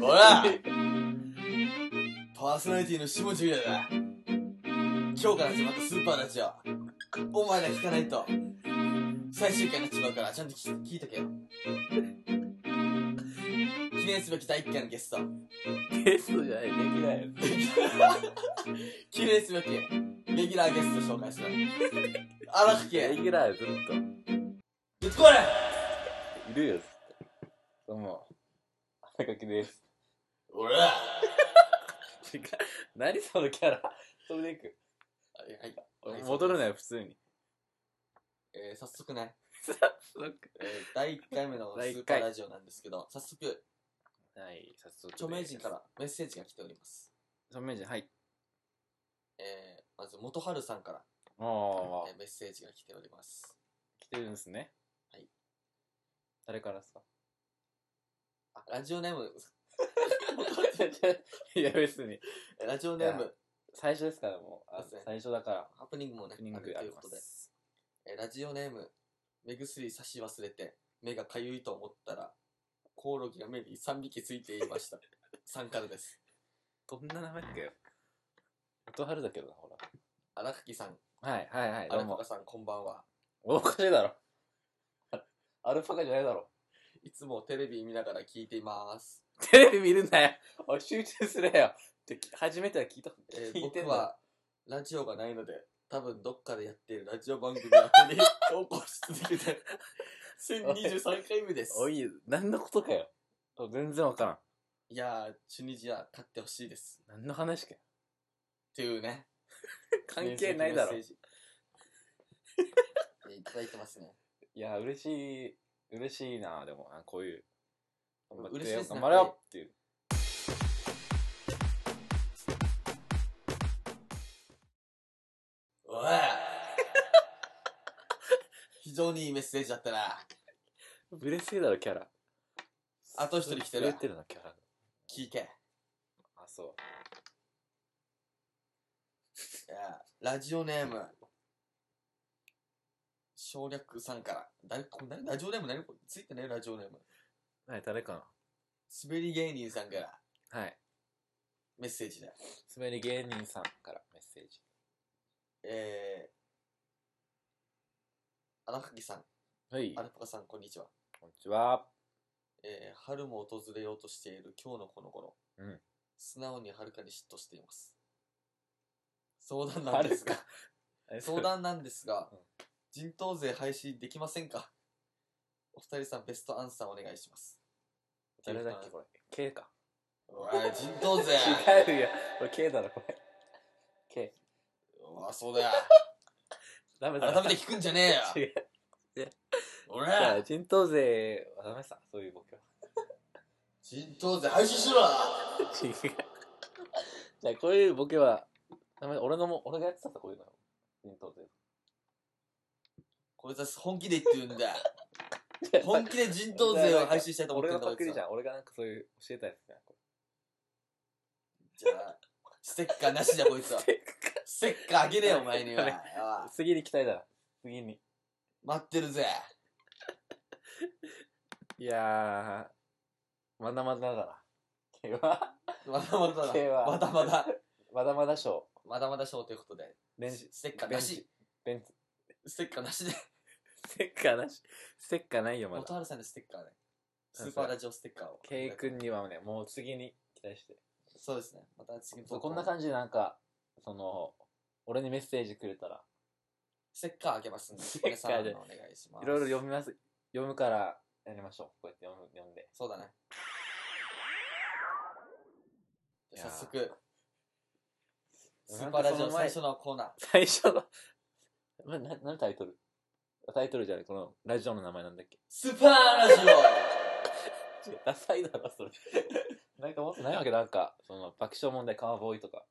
ほらパーソナリティの下地優也だ今日から始まったスーパーラジオお前ら聞かないと最終回になっちまうからちゃんと聞聞いとけよ記念すべき第1回のゲストゲストじゃない、できないよ。記念すべきレギュラーゲスト紹介する荒垣レ言ギュラーよずっってこいと。いるよ、ずっと。どうも。荒垣です。俺は違う。何そのキャラ飛んで いく。いはいはい戻るなよ、普通に。えー、早速ね、そっかえー、第1回目のス第一ーパ回ーラジオなんですけど早速はい、早速。著名人か。らメッセージが来ております著名人、はい。えー、まず元春さんからあえーメッセージが来ております。来てるんですね。はい。誰からですかあ、ラジオネーム、いや、別に。えラジオネーいム、最初ですから、もう。そあうですね最初だから。ハプニングもね、クニンあグるあといりうまことで、す。えラジオネー目薬差し忘れて、目がかゆいと思ったら、コオロギが目に3匹ついていま した。さんからです。どんな名前だっけよ。音春だけどな、ほら。荒垣さん、はい、はい、はい、ど荒うも垣。さん、こんばんは。おかしいだろ。アルパカじゃないだろ。いつもテレビ見ながら聞いています。テレビ見るんだよ。おい、集中すれよ。って、初めては聞いた。えー聞いてん僕だよ。は、ラジオがないので、多分どっかでやっているラジオ番組のア プリに投稿し続けて、1023回目です。おい、何のことかよ。全然わからん。いやー、チュニジア勝ってほしいです。何の話かよ。っていうね。関係ないだろメッ。セージ いただいてますね。いや、嬉しい、嬉しいな、でも、あこういう。頑張ってよ嬉しいですね頑張れよっていう。おい非常にいいメッセージだったな。嬉しいだろ、キャラ。あと一人来てる震えてるな、キャラ。聞け。いやあ、そう。ラジオネーム、省略さんから。誰これ何ラジオネーム何これついてないラジオネーム。はい、誰か滑り芸人さんからな。はい。メッセージだ。つめり芸人さんからメッセージ。えー、荒垣さん、はい。アルパカさん、こんにちは。こんにちは。えー春も訪れようとしている今日のこの頃、うん素直にはるかに嫉妬しています相談なんですがは相談なんですがうん人頭税廃止できませんかお二人さんベストアンサーお願いします誰だっけこれ K かおい人頭税違うよこれ K だろこれ K うわそうだよダメだ改めて聞くんじゃねえ 違よう俺いや人頭税はダメさそういうボケは人頭税廃止しろ違うじゃあこういうボケはダメだ俺のも俺がやってたさこういうの人頭こいつは本気で言ってるんだよ税本気で人頭税を廃止したいと思って俺るのんだこいパつクリじはゃん俺がなんかそういう教えたやつじゃ んこじゃあステッカーなしじゃこいつはれステッカーあげねえよお前にははいおい次に期待だな次に待ってるぜいやーまだまだだな K はまだまだだではまだまだまだまだ賞まだまだ賞ということで練習ステッカーなしベンチステッカーなしでステッカーなし。ステッカーないよ、ま元だ。春さんのステッカーねうスんーパーラジオステッカーを K 君にはね、もう次に期待して。そうですねまた次のそうこんな感じでなんか、その、俺にメッセージくれたら、ステッカーあげますんでステ皆ッさカんお願ーでいしますいろいろ読みます。読むからやりましょう。こうやって読む、読んで。そうだねいや早ー速なんスかーパーラジそオの最前初のコーナー最初 の、な、な、何タイトルタイトルじゃない、このラジオの名前なんだっけスーパーラジ違うダサいだろ、それ。 なんかもっとないわけ、なんか、その、爆笑問題カーボーイとか、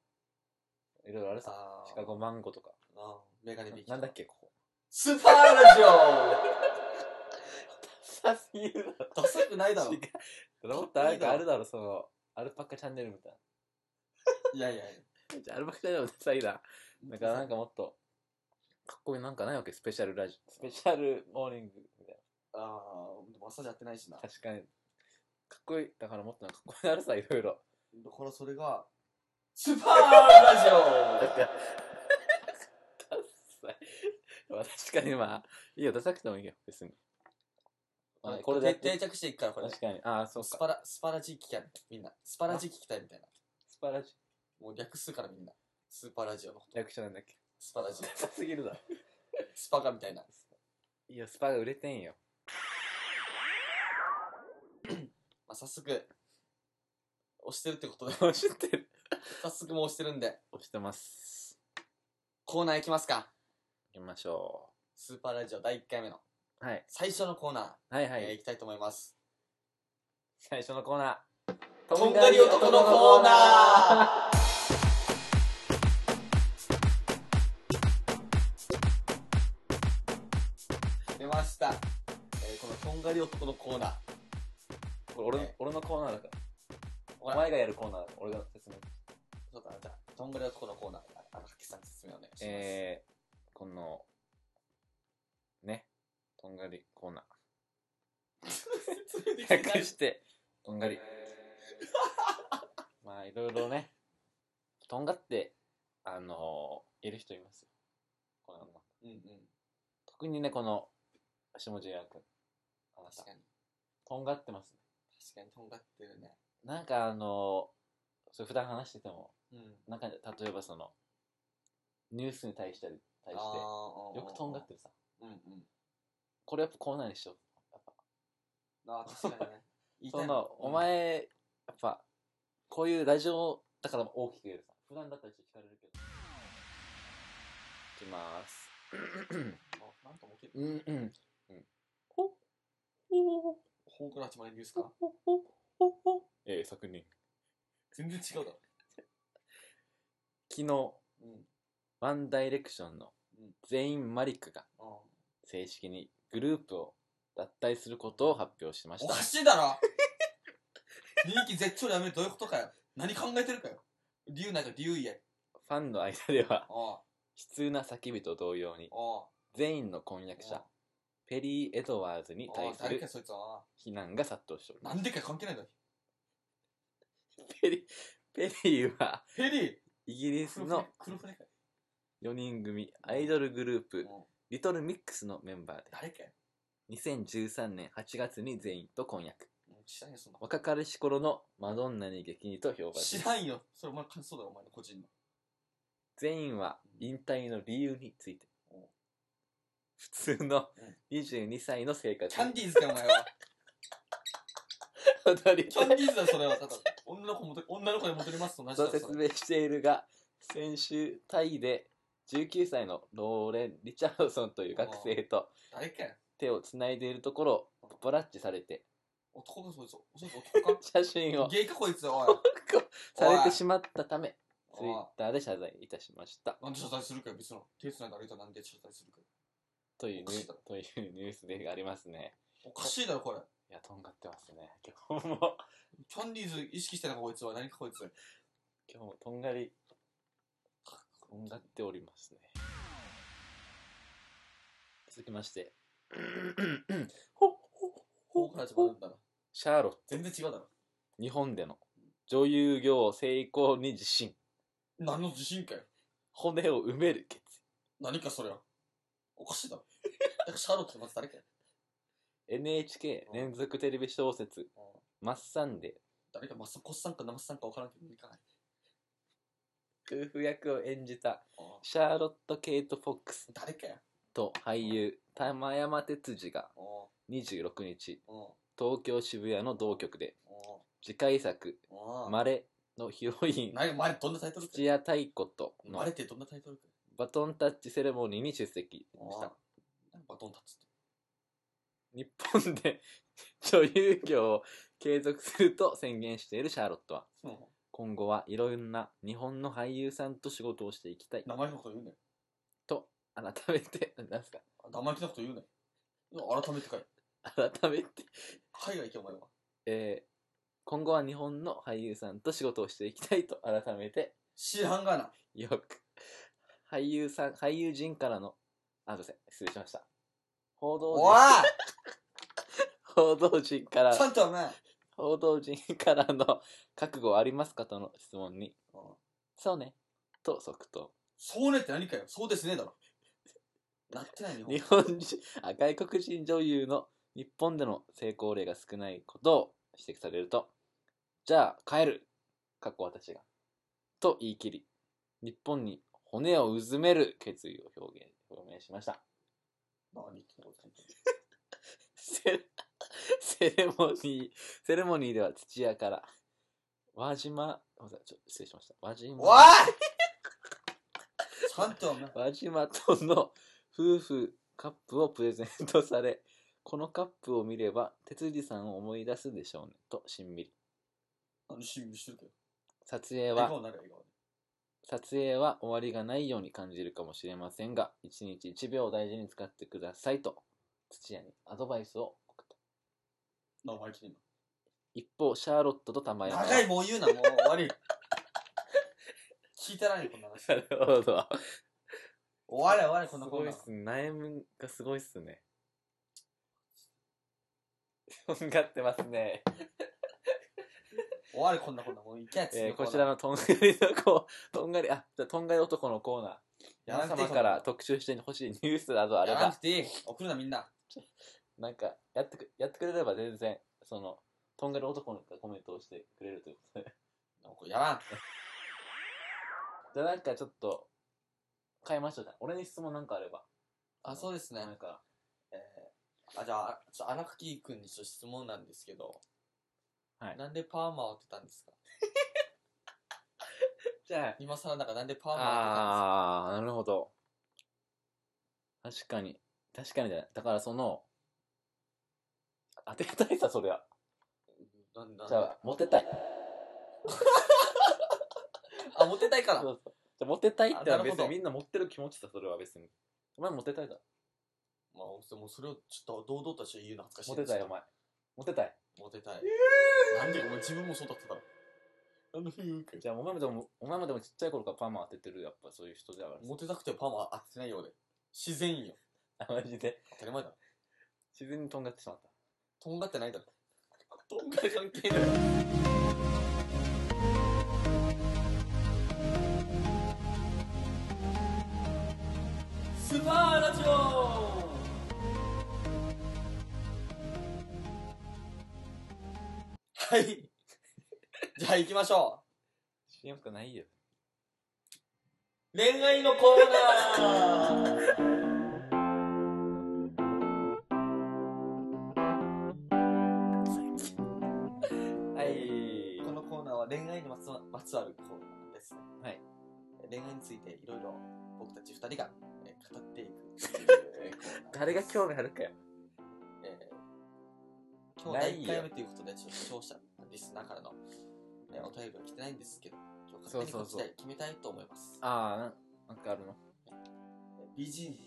いろいろあるオさ。あーシカゴマンゴとか。あーメガネビーキなんだっけ、ここ。スーパーラジダサすぎるだろ。オダサくないだろ違うもっとなんかあるだろ、その、アルパカチャンネルみたいいやいやいな。じゃあアルパカチャンネルもダサいな。やだからなんかもっと、かっこいいなんかないわけ、スペシャルラジオ。スペシャルモーニングみたいああ、でも朝じゃやってないしなな。。確かに。かっこいい。だからもっとなんかかっこいいなるさ、いろいろ。だからそれが、スパーラジダサい。まあ確かにまあ、いいよ、ダサくてもいいよ、別に。まあ、オこれでやって定着していくから、これ。確かに。ああ、そうスか。パラ、スパラジ聞きたい、みんな。スパラジ聞きたいみたいな。スパラジもう略すからみんな。スーパーラジオのこと。略者なんだっけ。スパラジ。ダサすぎるだろ。スパカみたいな。いや、スパが売れてんよ。まあ、早速、押してるってことで、押してる。早速もう押してるんで、押してます。コーナー行きますか。行きましょスーパーラジオ第1回目のう。はい。最初のコーナー、はいはえーい。行きたいと思います。最初のコーナー。とんがり男のコーナー出ました。えーこのとんがり男のコーナー。これ俺の、俺のコーナーだから。ほらお前がやるコーナーだから俺が説明。そうだな、じゃあ、とんがり男のコーナー、あ荒木さん説明お願いします。えー、この、ね、とんがりコー ナ説明できー。てない略して、とんがり。まあ、いろいろね、とんがって、あのいる人いますよ。このうんうん。特にね、この、下地役。あなた確かに。とんがってますね。確かにとんがってるね。なんかあのそれ普段話してても、うん。なんか例えばその、ニュースに対したり、対して、よよくとんがってるさ。うんうん。これやっぱコーナーにしよう。やっぱああ、確かにね。言いたそい もんの、お、前、やっぱ、こういうラジオだから大きく言えるさ。普段だったらちょっと聞かれるけど。いきまーす。うんあなんかもう結構、うんうん。うんほっほっほうから始まるニュースほかっ。ほっほっほっほっええ、昨年。全然違うだろ。昨日、うん。ワンダイレクションのうん全員マリックがうん正式にグループを脱退することを発表しましおたか。しいだろ人気絶頂でやめるどういうことかよ。何考えてるかよ。理由ないと理由言え。ファンの間では、おう悲痛な叫びと同様に、おう全員の婚約者、ペリー・エドワーズにお対うす誰るかそいつは。非難が殺到しておりなまんす。でか関係ないんだよ。ペリ、ペリーは、ヘリーイギリスの黒船かよ4人組アイドルグループ、うんリトルミックスのメンバーで、誰かよ。 2013年8月に全員と婚約。もう知らんよ、そんな。若かりし頃のマドンナに激似と評判知らんよ。それお前感想だろ、お前の個人の。全員は引退の理由についてうん。普通の22歳の生活キャンにディーズかよ、お前は。戻りキャンディーズだよ、それは。ただ、女の子もと、女の子に戻りますと同じだとろ、そ説れ。明しているが、先週、タイで19歳のローレン・リチャードソンという学生と誰かよ。手をつないでいるところをパパラッチされて、男か、そいつ。そいつ男か。写真をゲイか、こいつ。おい。されてしまったため、ツイおいッターで謝罪いたしました。なんで謝罪するかよ、別の。手つないで歩いたらなんで謝罪するかよ。というニおかしいュだろというニュースでありますね。おかしいだろ、これ。いや、とんがってますね。 今日も、キャンディーズ意識してないか、こいつは。何か、こいつ。今日もとんがり、とんがっておりますね。続きま して、ほっほっほこっうから始まるんだな。シャーロット。全然違うだろ。日本での女優業成功に自信何の自信かよ。骨を埋める決何か、それは。おかしいだろ。だからシャーロットってまず誰かよ。意 NHK 連続テレビ小説うん「マッサンデ誰か、マッサコスさんか、ナマスさんか分からんけど、いいかない。ー」夫婦役を演じたうんシャーロット・ケイト・フォックス誰かよ。と俳優玉山哲司がお26日うんうん東京渋谷の同局でうん次回作「うんまれ」のヒロイン何お前どんなタイトル土屋太鼓とあのれってどんなタイトルかバトンタッチセレモニーに出席ししたたバトンタッチって日本で 女優業を継続すると宣言しているシャーロットはその今後はいろんな日本の俳優さんと仕事をしていきたい名前のこと言うねと改めて 何すか生意気なこと言うね改めてかい改めて、海外行けお前はえー今後は日本の俳優さんと仕事をしていきたいと改めて知らんがなよく俳優さん俳優陣からのあすいません失礼しました報道おい陣報道陣からちゃんとお前報道陣からの覚悟はありますかとの質問にうん、そうね、と即答。そうねって何かよ。そうですねだろ。なってないよ。日本人、あ、外国人女優の日本での成功例が少ないことを指摘されると、じゃあ帰る、かっこ私が、と言い切り、日本に骨をうずめる決意を表現、表明しました。 何言ってんのこれセレセレモニー、セレモニーでは土屋から、輪島、ごめんなさいちょ失礼しました。輪島。おいちゃんとお前、輪島との夫婦カップをプレゼントされこのカップを見れば哲司さんを思い出すでしょうねとしんみり何しんみりしてるけど。撮影笑は顔になるよ、笑顔に撮影は終わりがないように感じるかもしれませんが一日一秒を大事に使ってくださいと土屋にアドバイスを送った生意気で今一方シャーロットと玉山は長いもう言うな、もう終わり。聞いたらね、こんな話。終なるほどわれ終われ、こんなすこんごいなっの。すね悩みがすごいっすねとんがってますね終われ、こんなこんな。もういけやつ。えーこちらのとんがりのコー とんがり、あ、じゃあとんがり男のコーナー。やらな皆くてい様いから特集してほしいニュースなどあれやらなばく、ていい。送るな、みんな。なんか、やってく、やってくれれば全然、その、とんがり男のコメントをしてくれるということで。やらん。 じゃあなんかちょっと、変えましょうじゃあ俺に質問なんかあれば。あ、そうですね。なんか、えー、あ、じゃあ、ちょ荒垣君にちょっと質問なんですけど。はいなんでパーマを当てたんですかじゃあ、今更なんかなんでパーマを当てたんですかあー、なるほど。確かに、確かにだね。だからその、当てたいさ、そりゃ。なんなんじゃあ、モテたい。あ、モテたいから。そうそうじゃあモテたいってのあなはるほ別どにみんな持ってる気持ちだそれは別にお前モテたいだまあ、でもそれをちょっと堂々として言うの恥ずかしいモでテすたいお前モテたいモテたい。なんでお前自分もそうだっただろ。あの冬か。じゃあお前もでもお前もでもちっちゃい頃からパーマ当ててるやっぱそういう人だからモテたくてパーマ当ててないようで。自然よ。あマジで当たり前だろ。自然にとんがってしまったとんがってないだろ。とんがり関係ない。スパーラジオはい。じゃあ行きましょう。 CM とかないよ恋愛のコーナーはいこのコーナーは恋愛にまつわまつわるコーナーですね。はいえー。恋愛についていろいろ僕たち二人が、えー語っていくえーコーナーです。 誰が興味あるかよえー今日な第い1よ回目ということで、ちょっと視聴者、リスナーからの、えーお便りは来てないんですけど、今日勝手にそうこそうっちそうで決めたいと思います。ああなんかあるのえー美人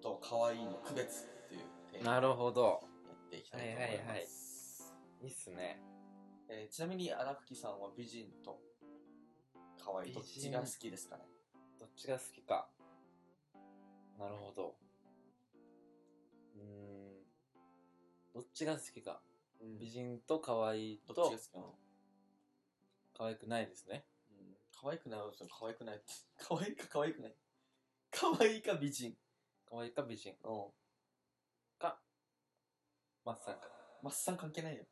と可愛いの区別っていうテーマなるほどやっていきたいと思います。いいっすねえーちなみに荒吹さんは美人と可愛いどっちが好きですかねどっちが好きかなるほどうーんどっちが好きか美美人人と可愛いどとっちが好きなの可愛くないですねうん可愛くないと可愛くないって可愛いか可愛くない可愛いか美人可愛いか美人うんかマッサンかマッサン関係ないよ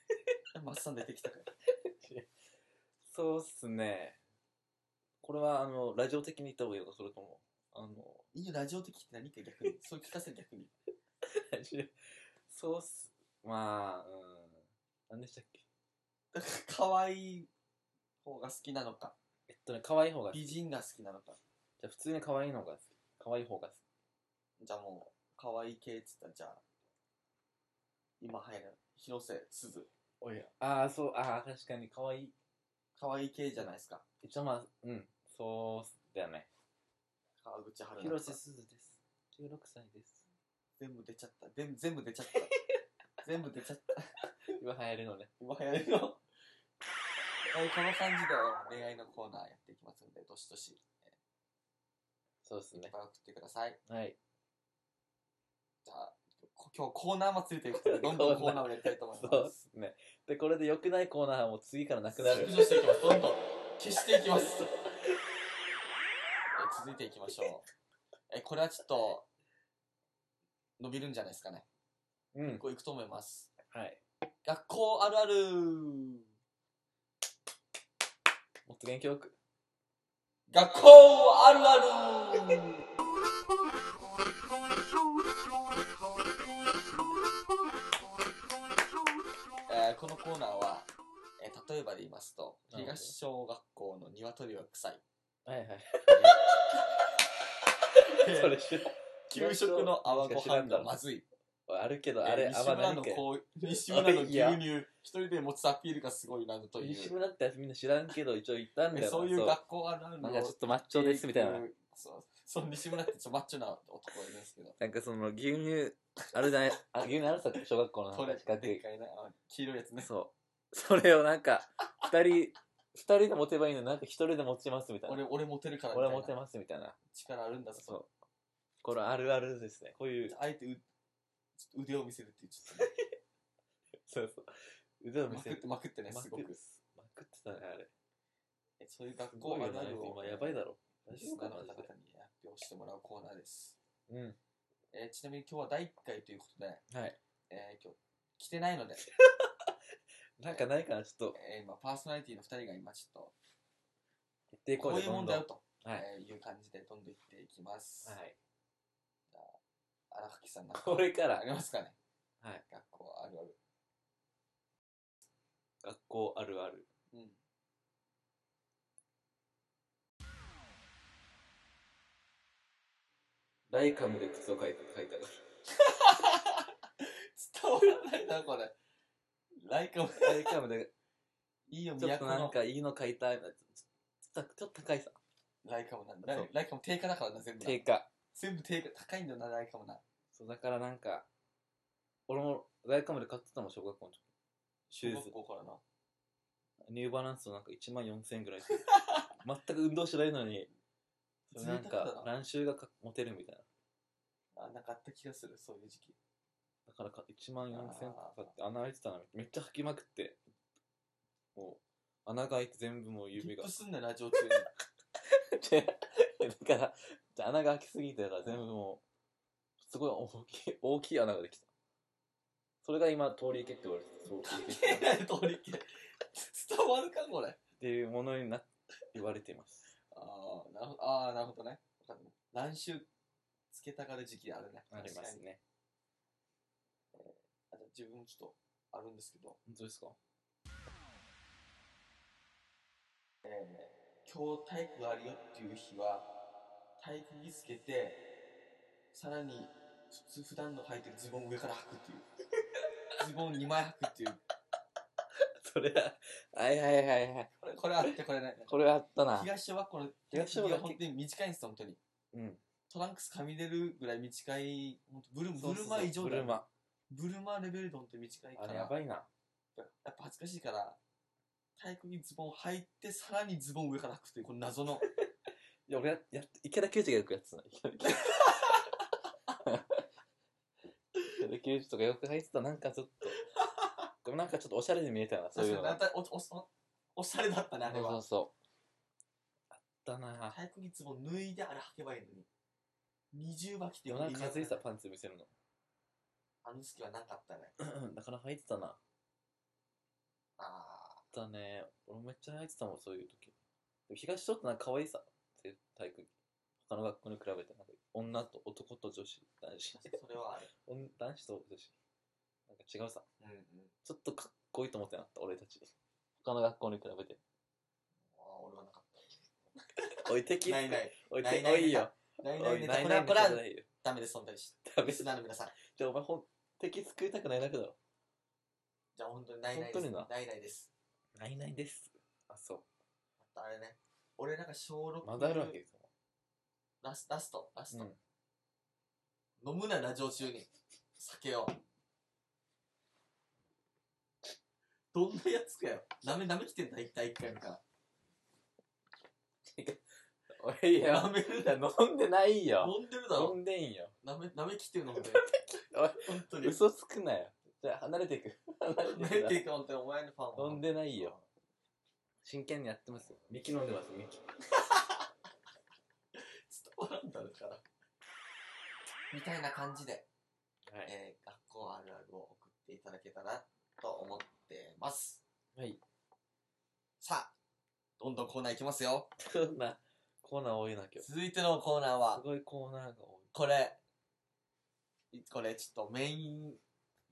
マッサン出てきたからそうっすねこれはあのラジオ的に言った方がいいのかそれともあの いいよラジオ的って何か逆にそれ聞かせる逆にラジオそうっすまあうん何でしたっけだから可愛い方が好きなのかえっとね可愛い方が好き美じ人が好きなのかゃあ普通に可愛いのが好き可愛い方が好きじゃあもう可愛い系っつったらじゃあ今流行る広瀬すずおやああそうああ確かに可愛い可愛い系じゃないですか一応まあうんそうっすだよね川口春奈広と瀬かすずです16歳です全部出ちゃった全全部出ちゃった全部出ちゃった今流行るのね今流行るのはいこの感じで恋愛のコーナーやっていきますのでどしどしそうっすいっねぱい送ってくださいはいじゃあこ今日コーナー祭りということで、どんどんコーナーをやりたいと思いそうま。ですすね。で、これで良くないコーナーも次からなくなる削。除していきます。どんどん消していき ます。え続いていきましょう。え、これはちょっと、伸びるんじゃないですかね。うん。こういくと思います。はい。学校あるあるもっと元気よく。学校あるあるえーこのコーナーは、えー例えばで言いますと、なるほど東小学校の鶏は臭い。は いはい。えーそれ知らん給食の泡ご飯がまずい。あるけど、ああれ、れ、西泡村何のけこう西 村の牛いや乳、一人で持つアピールがすごいなどという、西村ってやつみんな知らんけど、一応言ったんだえよーな。そういうそ学校あるあるなのんかちょっとマッチョですみたいな。そう、そう西村ってちょっとマッチョな男がいるんですけど、なんかその牛乳、あるじゃない、あ、牛乳あるさ、小学校のこれ、四角でっい。かいな、あの黄色いやつね。そう。それをなんか、二人、二人で持てばいいのになんか一人で持ちますみたいな。俺、俺モテるからみたい俺な。持てますみたいな。力あるんだぞ。そう。これあるあるですね。こういう、あえてうちょっと腕を見せるっていう、ちょっとねそうそう。腕 を見ませくって、まくってね、すごまくくっ。まくってたね、あれ。えそういう学校あるあるを、今やばいだろ。リスナーの方々に発表してもらうコーナーです。うん。えーちなみに今日は第1回ということで、はい。えー今日来てないので、なんかないかな、ちょっと。えー今パーソナリティの2人が今ちょっ言っていとここうういよ、うどもんんだどん。よはと、い。えーいう感じでどんどんいっていきます。はい。荒垣さんなんかこれからありますかねはい。学校あるある。学校あるある。うん。ライカムで靴を描いて書いた伝わらないな、これ。ライカも、ライカムで、いいよ、ちょっ都となんの。かいいの書いた。ちょっと、ちょっと高いさ。ライカもなんだそう。ライカも定価だからな、全部な。定価。全部定価、高いんだよな、ライカもな。そう、だからなんか、俺もライカムで買ってたもん、小学校の時。シューズ小。学校からな。ニューバランスのなんか1万4000円ぐ らいする。全く運動しないのに、それなん贅沢だかな、乱収がか持てるみたいな。あ、なんかあった気がする、そういう時期。だからか1万4000円かかって穴開いてたのめっちゃ履きまくって、もう、穴が開いて全部もうリ指ッがプ。すんなよ、ラジオ中に。 違う だから、じゃあ穴が開きすぎて、だから全部もう、すごい大きい、大きい穴ができた。それが今、通り行けって言われてる、通り行けっえらい通り行け。伝わるか、これ。ていうものにな、言われています。ああ、なるほど、ああ、なるほどね。わかる乱臭つけたがる時期あるね。ありますね。確かに。あと自分もちょっとあるんですけど、本当ですか今日体育があるよっていう日は、体育着つけて、さらに、普通普段の履いてるズボンを上から履く っていう。ズボン2枚履くっていう。それは、はいはいはいはい。これ、これあってこれない。これはあったな。東小学校の東小学校本当に短いんですよ、本当に。うん。トランクスかみ出るぐらい短い、本当ブルブルマ以上ブだよルマ。ブルマレベルドンって短いかあら、れやばいな。やっぱ恥ずかしいから、体育着ズボン履いて、さらにズボン上から履くという、この謎の。いや、俺や、やっ池田球児がよくやってたな。池田球児池田球児とかよく入ってた。なんかちょっと。でもなんかちょっとおしゃれに見えたよな、そういうの確かにが。またおおおおしゃれだったね、あれそうそはう。そう。あったな。体育着ズボン脱いであれ履けばいいのに。二重履きってでもなんか風いさ、パンツ見せるの。 あの時はなかったね。うんだから入ってたな。あっああ。たね。俺めっちゃ入ってたもん、そういう時。でも東ちょっとなんか可愛いさ。体育。他の学校に比べて、なんか女と男と女子、男子。 確かにそれはある。おん男子と女子なんか違うさうんうん。ちょっとかっこいいと思ってなかった俺たち他の学校に比べて ああ、俺はなかっおい敵た。ないない。おいない敵ないおいよないなおいいネなタ。いこれなはいこれはじゃないよダメです、そんなにし。ダメリじスナーの皆さん。ゃあお前ほん敵作りたくないだけだろじゃあ本当にないないです。本当になないないです。ないないですあそあれね。俺なんか小う6。まだあるわけですラスラスト、ラスもトん、。飲むなラジオ中に酒をどんなやつかよなめなめきてんだ一体一回からうん、俺、いや、舐めるいや飲んでないよ。飲んでるだろ飲んでんよ。なめ舐めきってるのほんとにおい本当に嘘つくなよ。じゃあ、離れていく。離れ舐ていめくていく本当にお前のファンな。は飲んでないよ。真剣にやってますよ。ミキ飲んでます、ミキ。伝わらんだろからみたいな感じで、はい。えー学校あるあるを送っていただけたらと思ってますはいさあどんどんコーナーいきますよそんな、コーナー多いな、今日。す続いてのコーナーはごいコーナーが多これこれちょっとメイン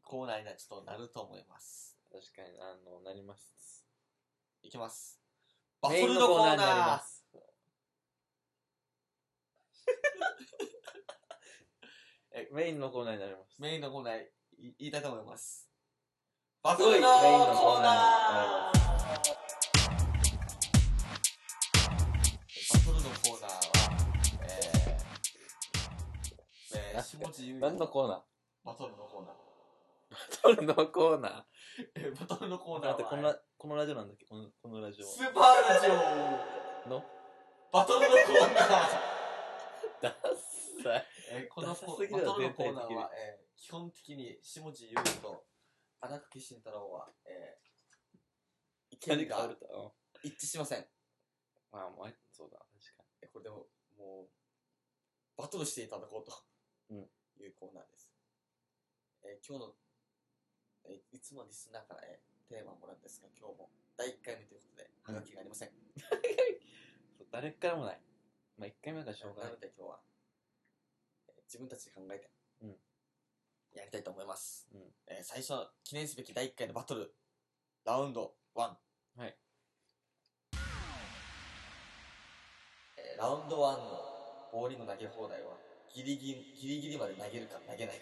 コーナーになちょっとなると思いますい。確かに、あの、なります。いきますバトルのコーナーメインのコーナーになりますメインのコーナーになります。メインのコーナーい言いたいと思いますバすトごルいのメインのココーーナナーーバトルのコーナーはえーえー、下地優何のコーナーバトルのコーナーバトルのコーナー。えーバトルのコーナーだってはこのラこのラジオなんだっけこのこのラジスオーパーラジオのバトルのコーナーダッサいえーこのダサコすーぎバるだろトルのコーナー全体的には、えー基本的に下地優里と荒木慎太郎は、えー、意見がとうん一致しません。まあまあそうだ確かえこれでも、もう、バトルしていただこうとうんいうコーナーです。えー今日の、えーいつもリスナーから、えーテーマをもらうんですが、今日も第1回目ということで、うんはがきがありません。にそう誰からもないまあ一回目だからしょうがなないので今日は、えー自分たちで考えて、うんやりたいと思います、うんえー最初の記念すべき第1回のバトルラウンド1はい、えーラウンド1のボーリング投げ放題はギリギリギリギリまで投げるか投げない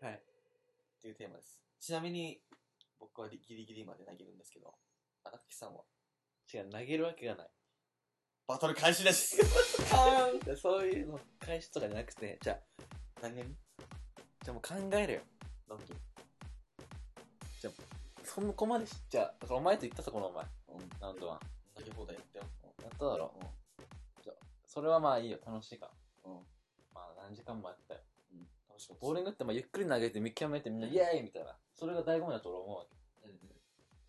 か はいっていうテーマですちなみに僕はギリギリまで投げるんですけど荒木さんは違う投げるわけがないバトル開始です でそういうの返しとかじゃなくてじゃあ何々じゃあもう考えるよ何々そこまでしじゃあだからお前と言ったそこのお前うんなんとは投げ放題やったよやっただろうんそれはまあいいよ楽しいからうんまあ何時間もあったようん楽しかったボーリングってまあゆっくり投げて見極めてみんなイエーイみたいなそれが醍醐味だと俺思うわけ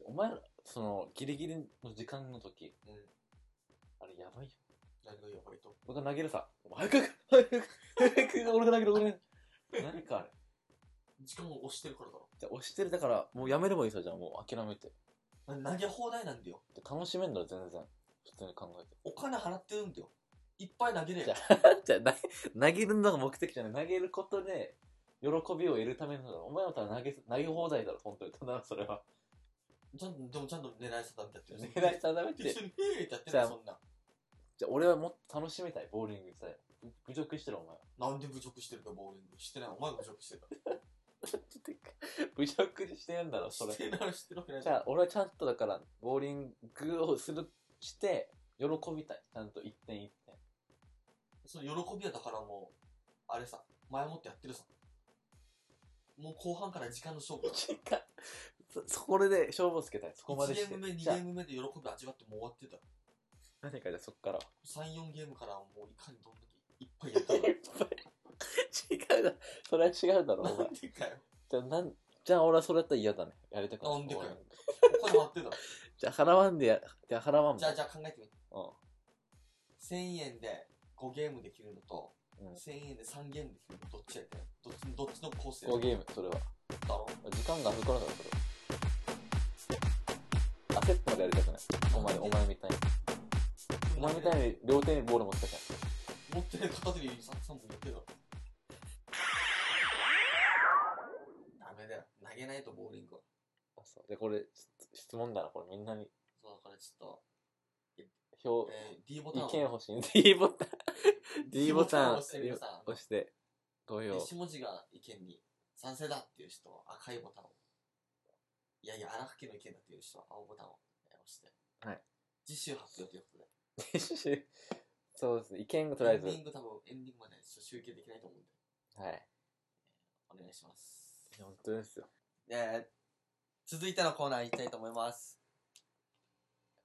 うんお前らそのギリギリの時間の時うんうんあれやばいよ何がやばいと僕が投げるさ。お前早く早く早く俺が投げる俺が投げる。何かあれ。時間を押してるからだろじゃあ押してるだから、もうやめればいいさ、じゃあもう諦めて。投げ放題なんだよで楽しめんだろ、全然。普通に考えて。お金払ってるんだよいっぱい投げれよじゃじゃあ 投げ投げるのが目的じゃない。投げることで、喜びを得るためのだろ。お前のたら投げ、投げ放題だろ、本当に。ただ、それは。ちゃんとでもちゃんと狙い定めてやってる狙い定めて。一じ緒にピーってやってるよじゃそんなゃあ俺はもっと楽しみたい、ボーリングさえ。ぶ侮辱してる、お前は。なんで侮辱してるかボーリングしてないお前が侮辱してるか 侮辱してるんだろ、らそれし。てないしてるわけないじゃあ、俺はちゃんとだから、ボーリングをする、して、喜びたい。ちゃんと一点一点。その喜びはだからもうあれさ前もってやってるさもう後半から時間の勝負だ時間そ、そこで勝負をつけたい。そこまで1しゲーてム。目2じゲゃあー、ム目で喜び味わってもう終わってた何かじゃあそこ から。 34ゲームからはもういかにどんだけいっぱいやったか 違うだ。それは違うだろ、お前な。んでかよじゃあ、なん、じゃあ俺はそれだったら嫌だね。やりたくない。なんでかよお前お金払ってたじゃあ、払わんでや、じゃあ、払わんじゃあ、じゃゃあ考えてみて。うん。 1000円で5ゲームできるのと、うん1000円で3ゲームできるのどっちやったよどっちどっちのコースや5ゲーム、それは。だろ時間があるからだろ、それは。焦ってまでやりたくない。お前、お前みたいに。お前みたいに両手にボール持ってたから。持ってる片手に3本持ってるの。ダメだよ。投げないとボーリングは。あそうで、これ、質問だな、これみんなにそうだからちょっと、表、えー、D ボタン意を。見欲しいんで。D ボタン D ボタン押してみてさ。押して、投票で。下地が意見に賛成だっていう人は赤いボタンを。いやいや、荒垣の意見だっていう人は青ボタンをえー押して。はい。次週発表ということで。 そうですね、意見がとりあえず。エンはディング多分エンディングまでちょっと集計できないと思うんでい。お願いしますいや本当ですよ。えー続いてのコーナーいきたいと思います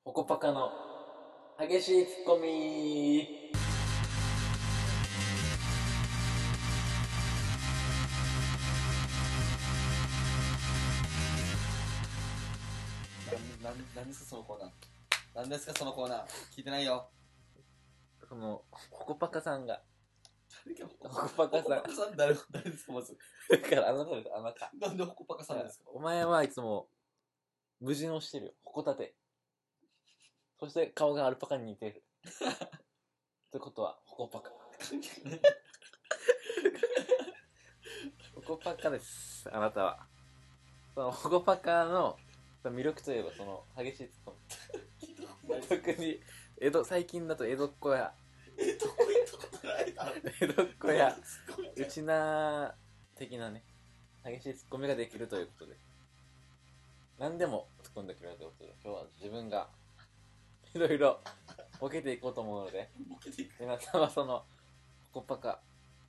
ホコパカの激しいツッコミなん、なん、なんですかそのコーナー。なんですかそのコーナー。聞いてないよ。その、ココパカさんが。誰がコホコパカコパさん。カさん誰、誰ですかまず。だからあなたです、あなた。なんでホコパカさんなんです かお前はいつも、無人をしてるよ。ホコタテ。そして顔がアルパカに似て る。ということは、ホコパカ。ホコパカです、あなたは。そのホコパカのその魅力といえば、その激しいツッ コミ。聞いたことない特に、江戸、最近だと江戸っ子や、え、どこ行ったことないだろう。江戸っ子や、ツッコミうちな的なね、激しいツッコミができるということで、何でも突っ込んでくれるということで、今日は自分が、いろいろ、ボケていこうと思うので、 ボケていく。皆さんはその、ホコパカ、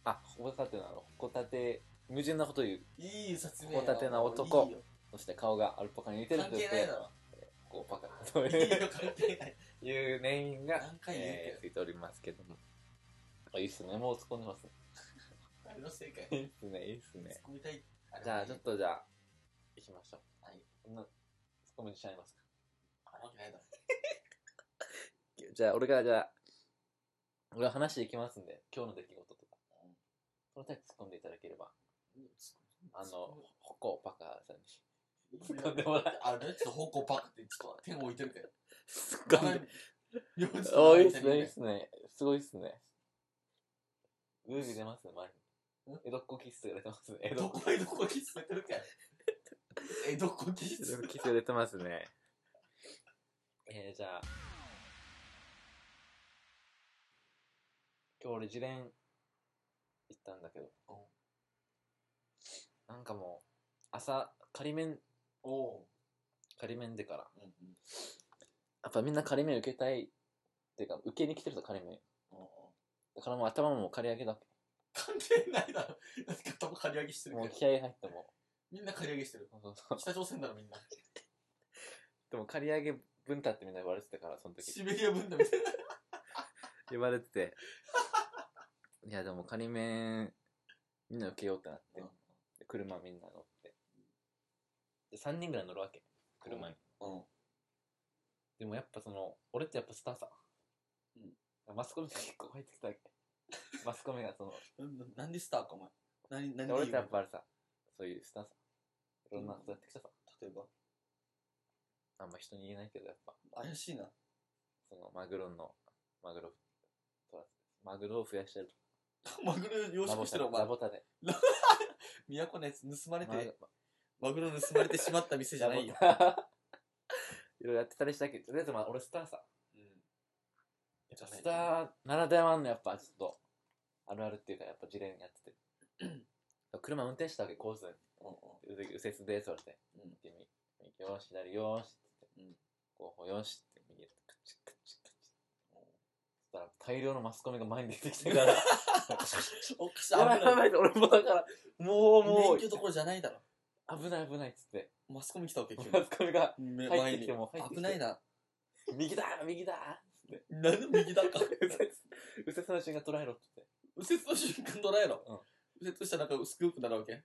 あ、ホコタテなの、ホコタテ、矛盾なこと言う、いい説明ホよ。タテな男いいよそして顔がアルパカに似てる関という係ないことでだ、ろ。ホコパカといいいよう、関係ない。いうネーミングが、何回言うえーついておりますけども。あいいっすね、もう突っ込んでます。あれの正解。いいっすね、いいっすねツ。ッコみたい。じゃあ、ちょっ。とじゃあ、行きましょう。はい。こんな、ツッコミしちゃいますか。あるわけないだろ。じゃあ、俺が、じゃあ、俺が話していきますんで、今日の出来事とか。その際突っ込んでいただければ、あの、ホコパカさんに突っ込んでもらう。あれちょっと方向パッて、ちょっと点置いてるから。突っ込んで。両手おーいいっつすまんね、いいでっすね。すごいっすね。グーグー出ますね、前にん。江戸っ子キッスが出てますね。江戸どっ子こへどこキスめてるかい。え、どこキキスめてるッスが出てますね。えー、じゃあ。今日俺、自連行ったんだけど。なんかもう、朝、仮面、おう。仮面でから。うんうん。やっぱみんな仮面受けたい。っていうか、受けに来てると仮面。おうだからもう頭も刈り上げだ。関係ないだろ。なんか頭刈り上げしてるかもらう。気合入っても。みんな刈り上げしてる。そうそうそう北朝鮮だろみんな。でも刈り上げ文太ってみんな言われてたから、その時。シベリア分だみたいな。言われてて。いや、でも仮面、みんな受けようってなって。うんで車みんな乗って。で、3人ぐらい乗るわけ。車に。うん。でもやっぱその、俺ってやっぱスターさ。マスコミが結構入ってきたわけ。マスコミがその、うんななんでスターかお前。何、何でで俺言うってやっのぱあれさ、そういうスタンス、いろんなことやってきたさ、例えば、あんま人に言えないけど、やっぱ、怪しいな。 そのマグロの、マグロ、トラスマグロを増やしてるマグロ養と。ラボ殖してタるでお前ラ。ボタで。都のやつ盗まれマてグ、マグロ盗まれてしまった店じゃラないボよ。タ。いろいろやってたりしたけど、とりあえずまあ俺スターさ。うん。やっぱスターならではのやっぱちょっと、あるあるっていうかやっぱ事例やってて。車運転したわけ、コースに。うんうんで右折で、それで。うんで、右右よし、左よしって言うっんて、後方よしって右やって、カチカチカチ。そしたら大量のマスコミが前に出てきたから、おかしい、やばい危やない。ばいって俺もだから、もうもう免許、どころじゃないだろ。危ない危ないっつって、マスコミ来たわけ、マ急に スコミが、め入前ってきにても入ってきて危ないな。右だ右だなんで右だ か。右折、右折の瞬間捉えろっつって。右折の瞬間捉えろ。右折したらなんかスクープになるわけ。いい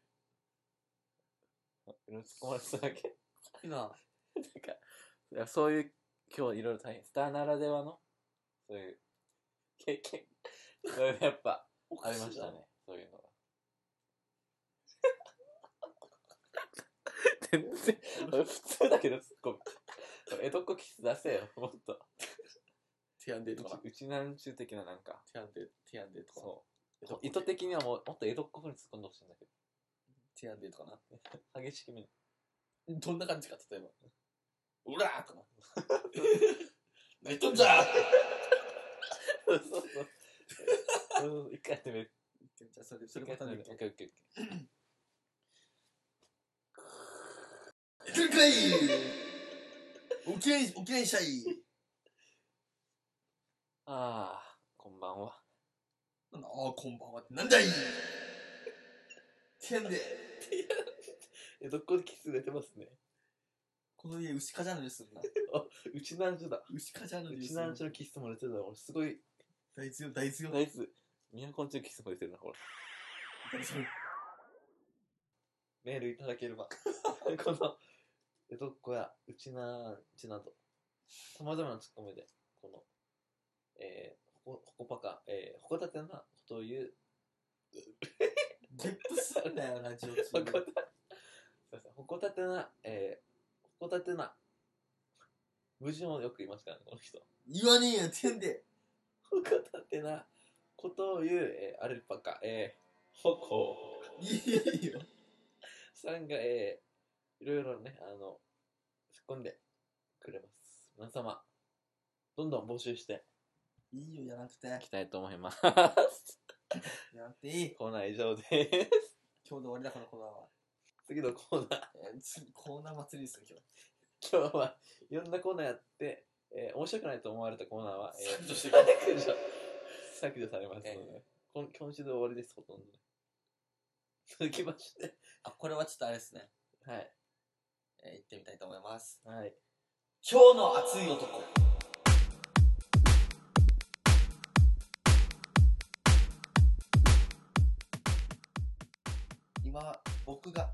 ろいろ突っ込まれてただけ。 いな。なんか、いやそういう、今日いろいろ大変。スターならではの、そういう、経験。そういうのやっぱ、おかあしりいなま したね。。そういうのが。全然、俺普通だけど突っ込む。江戸っ子キス出せよ、もっと。ティアンデーとかな。うちなんちゅう的ななんか。ティアンデー、ティアンデーとか。そう。意図的にはもう、もっと江戸っ子風に突っ込んでほしいんだけティアンデーとかな。ど。激しく見る。どんな感じか、例えば。うらーとか。何言っとんじゃーそうそうそう。うん一回やってみる。じゃあ、それ、そ一れ回まやってたみねる。。オッケーオッケーオッケ起きるかい起きない、起きないしゃいー。ああ、こんばんは。なんだああ、こんばんはってなんだいてんで。江戸っ子でキス出てますね。この家牛かじゃのにするなうちなんじゅだ。牛かじゃのうにちすなるんじゅのキスも出てるだろ。俺すごい、大豆よ大豆よナイス。みやこんちゅのキスも出てるな、ほら。メールいただけれ ば。この、えどっこや、うちな、うちなど、さまざまなツッコミで、この、えー、ほこ、ほこぱか、えー、ほこたてなことを言う、ゲップすんなよラジオ中ほこた、すいません、ほこたてな、えー、ほこたてな、無人をよく言いますからね、この人。言わねえよてんでほこたてなことを言う、えー、アルパカ、えー、ほこいいよさんが、えー、いろいろね、あの、突っ込んでくれます。皆様、どんどん募集していいよやらなくていきたいと思います。 やらなくていいコーナー以上です。今日で終わりだからこのは次のコーナー、えー次コーナー祭りですよ今日今日はいろんなコーナーやって、えー、面白くないと思われたコーナーは、えー、削除してください削除削除されますので、えこん今週で終わりです、ほとんど。続きまして、あこれはちょっとあれですねはい。えー行ってみたいと思いますはい。今日の熱い男今僕が、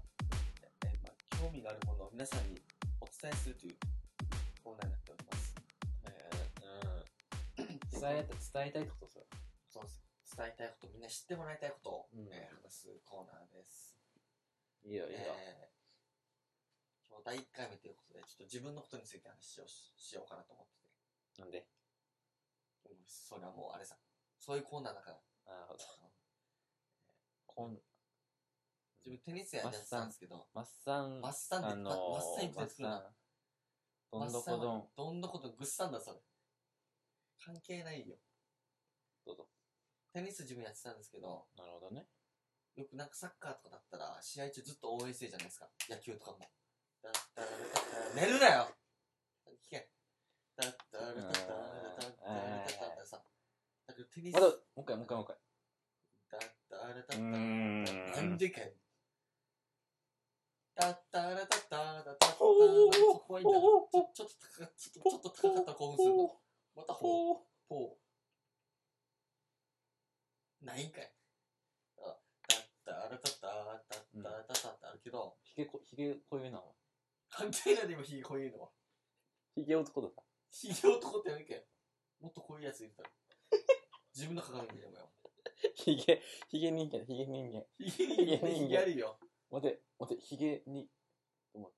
えーまあ、興味があるものを皆さんにお伝えするというコーナーになっておりますうん、伝えた伝えたいことさそうです伝えたいことみんな知ってもらいたいことを、うんえー話すコーナーですいいよいいえよー、今日第1回目ということでちょっと自分のことについて話をししようかなと思っててなんでうんそれはもうあれさそういうコーナーだからなるほどこん自分テニスやってたんですけど、マッサンマッサンで、あのーマッサンいっぱい作るマッな。サンどんどこどんどんなことぐっさんだ、それ。関係ないよ。どうぞテニス自分やってたんですけど、なるほどねよくなんかサッカーとかだったら、試合中ずっと応援してるじゃないですか。野球とかも。だったら寝るなよ聞け。だったらだったらだったらだったらさ。だけどテニス、まだだっもう一回もう一回もう一たらだった回うら。ーなんんでかいだったらだったらだったら。ほうそこはいいんだ。ちょちょっと高かちょっとちょっと高かったら興奮するの。またほう。ほうポー。ないんかい。あだったらだったらだったらだったらってあるけど、ひげこひげこういうなお関係ないでもひげこういうのは。前ひげ男ださひげ男ってやるけん。もっとこういうやついるだろ。自分の鏡見てもよ。ひげひげ人間ひげ人間ひげにひげ人間ひげあるよ。待て待てひげにお前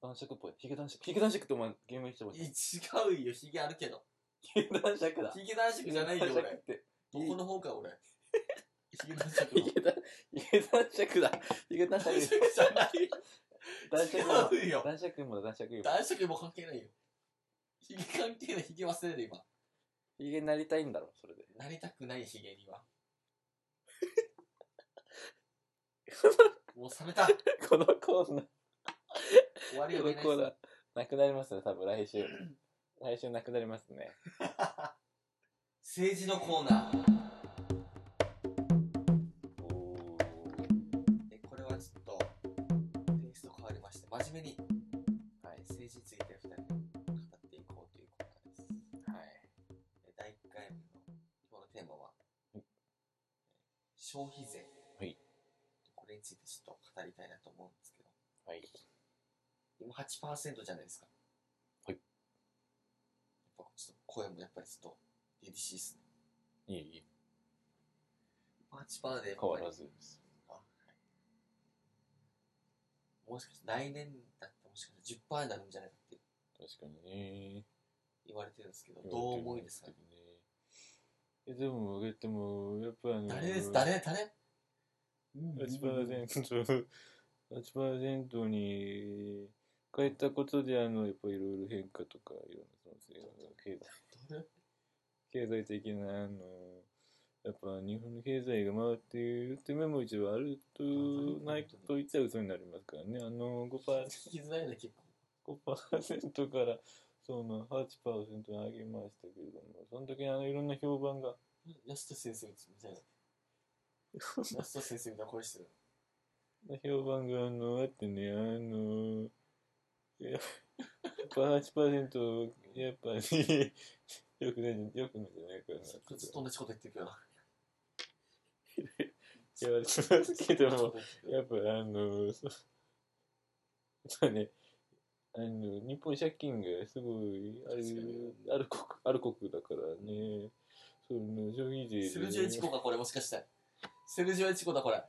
男爵っぽいひげ男爵ひげ男爵ってお前ゲームにしてもいいやい違うよ、ひげあるけど。ひげ男爵だひげ男爵じゃないよ、ひげ男爵俺っ。てどこの方か、俺。ひげ男爵ヒの。ゲ男爵だ。ヒゲ男爵男。爵じゃないよ。男爵違うよ。男爵もだ、男爵も。男爵も関係ないよ。ひげ関係ない、ひげ忘れる今。ヒゲになりたいんだろ、そ れで。なりたくないヒゲに は。もう冷めたこのコーナ終わりー、がこ見えなのいコーナー、なくなりますね、多分来週。来週なくなりますね。政治のコーナー。おー。えこれはちょっと、テイスト変わりまして、真面目に、はい、政治について二人で語っていこうというコーナーです。はい。え第1回目の今日のテーマは、消費税。はいこれについてちょっと語りたいなと思うんですけど、はい。今8%じゃないですか。はいやっぱちょっと声もやっぱりちょっと、厳しいですね。いい、いい。 8%で、変わらずです。もしかして来年だってもしかして10%になるんじゃないかって確かにね。言われてるんですけど、どう思いですかね。え、でも、上げても、やっぱり。誰です誰誰8%、8%に変えたことで、あの、やっぱいろいろ変化とか、いろんな、その、経済、誰経済的な、あの、やっぱ日本の経済が回っているって面も一応あると、ないと言っちゃ嘘になりますからね。あの、5%、聞きづらいね、結構。 5%から、その8%に上げましたけれども、その時にあの、いろんな評判が、安田先生みたいな。安田先生みたいな声してる。評判があのあってねあのいや8%やっぱり よくないんじゃよくないんじゃないかなずっと同じこと言ってるけどな。ずっと同じこと言ってる言われてますけどもけどやっぱあの そうそうねあの日本借金がすごいある確かにある国ある国だからねその消費税でセルジオエチコか、これもしかして。セルジオエチコだ、これ。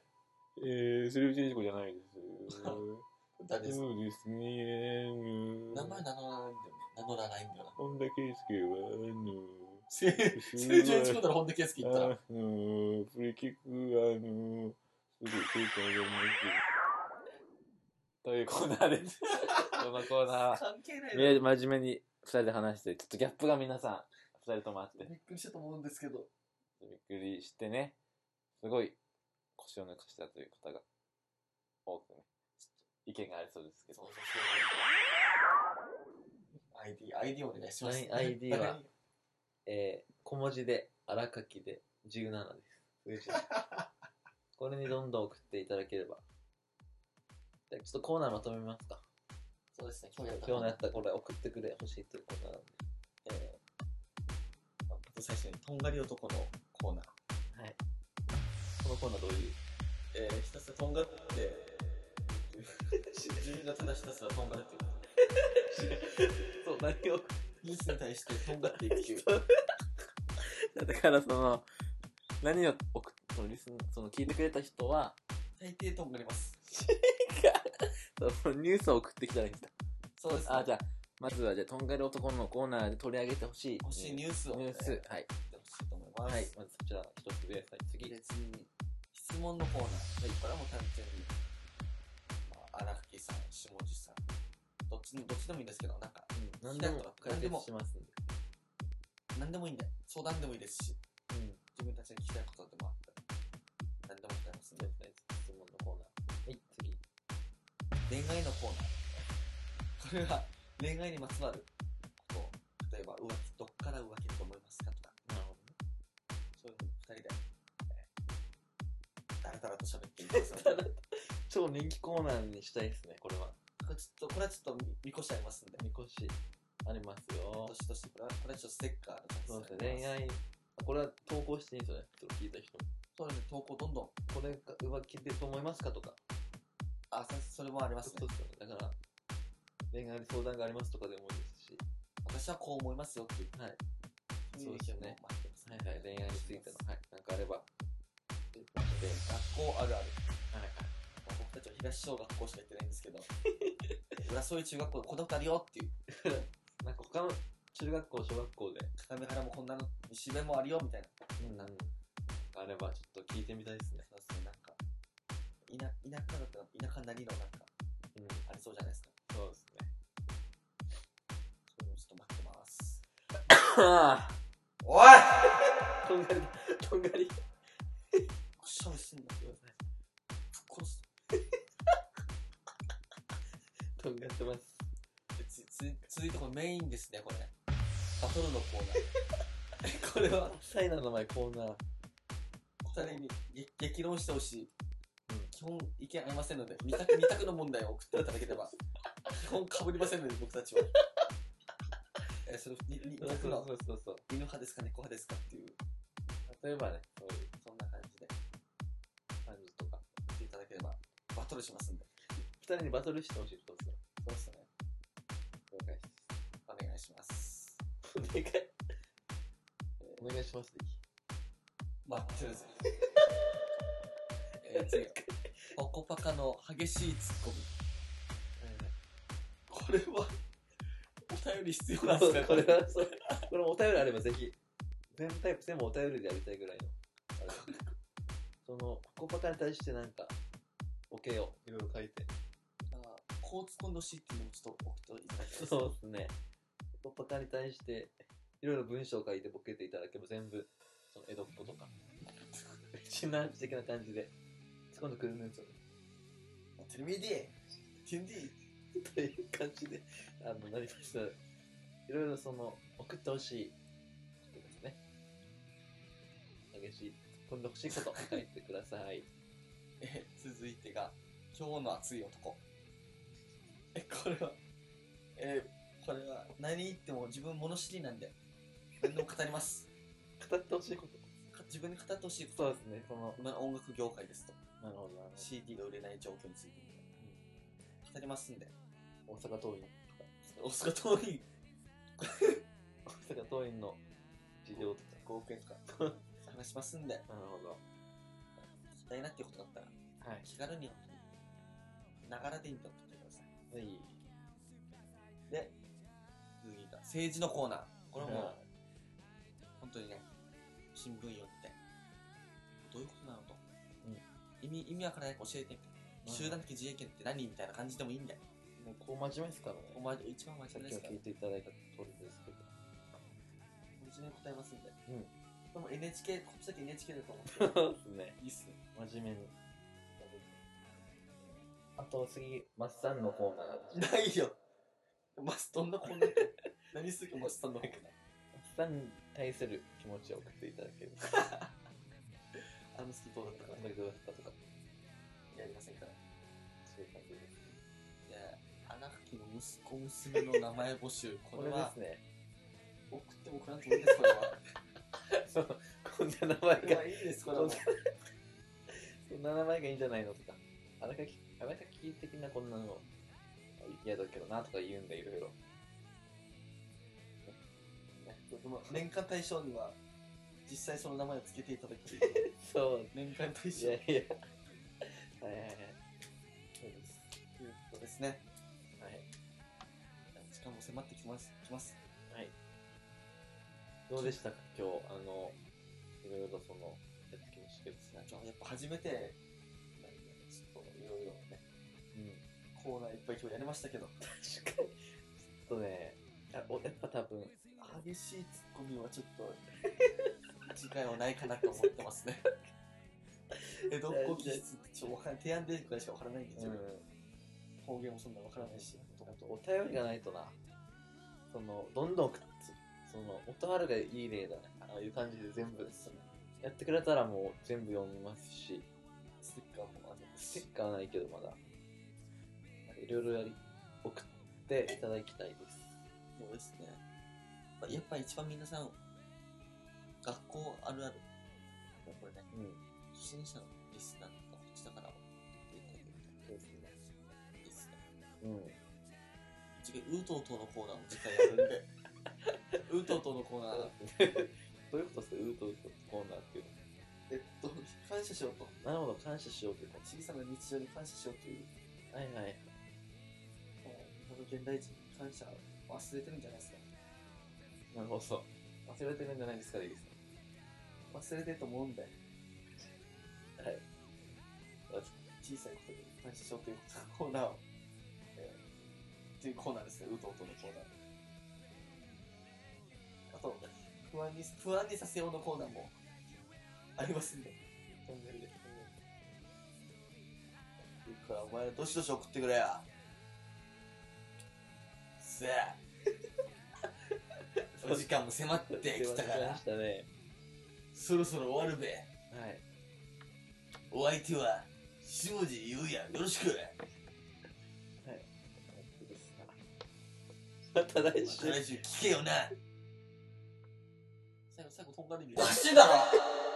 えー、セルビア事故じゃないですよ 誰ですそうですねあの名前名乗らないんだよね。名乗らないんだよな。本田圭佑は あのセセルジオエチコなら本田圭佑行ったら。あのプレキックあのすごい 経験がないというコーナ ーですこのコーナー関係ないみんな。な真面目に2人で話してちょっとギャップが皆さん2人ともあってびっくりしたと思うんですけど。びっくりしてねすごい腰を抜かしたという方が多くねちょっと意見がありそうですけそどうそうそう。ID、ID お願いします。はい ID は。えー小文字で荒書きで17です数字 これにどんどん送っていただければでちょっとコーナーまとめますかそうですね、今日や今った。日のやったこれ送ってくれほしいというコーナーなんで、えまず最初に、とんがり男のコーナー。ーこのコーナーどういうえー、ひたすらとんがって、12月だひたすらとんがって。 そう何をニュースに対してとんがっていく っていう。だからその何を送っそのリスンその聞いてくれた人は大抵とんがります。そのニュースを送ってきたらいいんですそうです、かあじゃゃあまずはじゃあとんがり男のコーナーで取り上げてほしい欲しいニュースを、ニュースえーはいやってほしいと思いまはいす。まずそちら一つください次で次に、質問のコーナー。これはもう単純に、まあ、荒木さん、下地さん、どっちにどっちでもいいんですけど、なんか、うん何何ででもも解解決決ししますんで。何でもいいんで、相談でもいいですし、うん。自分たちに聞きたいことでもあったら、何でも答えますんで、質問のコーナー。はい、次。恋愛のコーナー。これは、恋愛にまつわること、例えば、浮気、どっから浮気だと思いますかとか、なるほそういうの二人で、えーだらだらと喋っていきますので、こどね。超人気コーナーにしたいですね、これは。れちょっと、これはちょっと見越してありますんで、みこし、ありますよ。年として、これは、これはちょっとステッカーのチャンスそうですであね、りま恋す愛。これは投稿していいんですよね、それ聞いた人。そうですね、投稿どんどん、これが浮気でと思いますかとか。あ、そそれもありまそすうね。ですよね。だから、恋愛に相談がありますとかでもいいですし。私はこう思いますよっていう。はい。そうですね。待ってますはいはい、恋愛についての、はい、なんかあれば。で学校あるある。はいまあ僕たちは東小学校しか行ってないんです けど、浦添中学校、この二人よっていう、はい。なんか他の中学校、小学校で、片目原もこんなの、西辺もあるよみたいな。うん、なんかあればちょっと聞いてみたいですね。そうですね、なんか、いな田舎だったら、田舎なりのなんか、うん、ありそうじゃないですか。そうですね。それもちょっと待ってます。あおいあ、とんがり、とんがり。くしゃみしてんだよ。ぶっ殺す。とんがってます。でつつ続いてこれメインですね、これ。バトルのコーナー。 これは、サイナの前コーナー。二人に激激論してほしい、うん基本意見ありませんので二択二択の問題を送っていただければ 基本かぶりませんので僕たちはえーそのににそう二択のそうそうそう。犬派ですか猫派ですかっていう例えばね、そういうそんな感じで感じとか。送っていただければバトルしますんで二人にバトルしてほしいってことですそうですよ。ね了解です。お願いしますお願い。お願いします。待ってるぜ えー次ポコパカの激しいツッコミこれはお便り必要なんですかこれは、そう。これもお便りあればぜひ。全タイプ全部お便りでやりたいぐらいの。あれその、ここパターンに対してなんか、ボケをいろいろ書いて。あーこうツッコんでほしいっていうのもちょっと送っていただきたいそうですね。ポッポタに対して、いろいろ文章を書いてボケていただけば全部、その江戸っ子と か、シナ的な感じで、突っ込んでくれるんですよね。テレビで、テレビで、 という感じで、あの、なりました。いろいろその、送ってほしいことですね。激しい、突っ込んでほしいこと書いてください。え続いてが、今日の熱い男。え、これは、えこれは何言っても自分物知りなんで何でも語ります語ってほしいこと。か自分に語ってほしいことそうですね、その、今の音楽業界ですとなるほど、なる CD が売れない状況について語りますんでほど。大阪桐蔭大阪桐蔭大阪桐蔭の事情とか。 5億円とか話しますんで なるほど。聞きたいなっていうことだったらはい。気軽に本当にながらでいいんだって言ってくださいはい。で次が政治のコーナーこれはもう、本当にね新聞読んでどういうことなのと、意味意味わからないから教えてみたいな集団的自衛権って何みたいな感じでもいいんだよもうこう真面目ですからね。お前一番真さっ面目できはすから聞いていただいた通りですけど。真面目に答えますんで、うんでも NHK こっちだけ NHK だと思って そうですね。いいっすね真面目に。あと次、マッサンのコーナーだった。マッないよマスどんなこんな何するかマスさんの方がサンに対する気持ちを送っていただける。あの人どうだったかあんだけどうだったとか、やりませんからそういう感じです。で穴垣の息子娘の名前募集こ これれではすね。送っても送らなくてもいいですこれはそうこんな名前こがれはいいですこれはもうそんな名前がいいんじゃないのとか、あらかき、あらかき的なこんなの嫌だけどなとか言うんだ、いろいろ。でも年間大賞には実際その名前を付けていただきそう、年間大い賞やいや。はいはいはい。そうです。ということですねはい。時間も迫ってきますきますはい。どうでしたか、今日、あの、いろいろとその、やってきましたけど。じゃあやっぱ初めてなんかちょっといろいろねうん。コーナーいっぱい今日やりましたけど確かに。ちょっとね、あおやっぱ多分、激しいツッコミはちょっ と次回はないかなと思ってます ね江戸っ子技術ってちょっとわからん提案出てくらいしかわからないんでうすよ、ん。方言もそんなわからないしあとお便りがないとなそのどんどん送ってその音あるがいい例だねああいう感じで全部やってくれたらもう全部読みますしステッカーもあるステしッカーはないけどまだなんかいろいろやり送っていただきたいですそうですねまあやっぱり一番皆さん学校あるあるこれねうん初心者のリスナーとかこっちだから送っていただけるそうですねといいですねうん次回ウートウトウのコーナーも次回 やるんでウートウトウのコーナー どういうことですかウートウートコーナーっていうえっと感謝しようとのなるほど感謝しようというこ小さな日常に感謝しようというとはいはいえー日本の現代人に感謝を忘れてるんじゃないですかなるほど忘れてるんじゃないですかでいいですね忘れてると思うんではい小さいことに感謝しようということのコーナーを、えー、っていうコーナーですねうとうとのコーナーあと不安に不安にさせようのコーナーもありますんで飛んでるでいいからお前らどしどし送ってくれやせえ お時間も 迫ってきたか来まらしたねそろそろ終わるべはいお相手は下地優也よろしくまた来また週来週聞けよな最後最後とんがりでおかしいだろ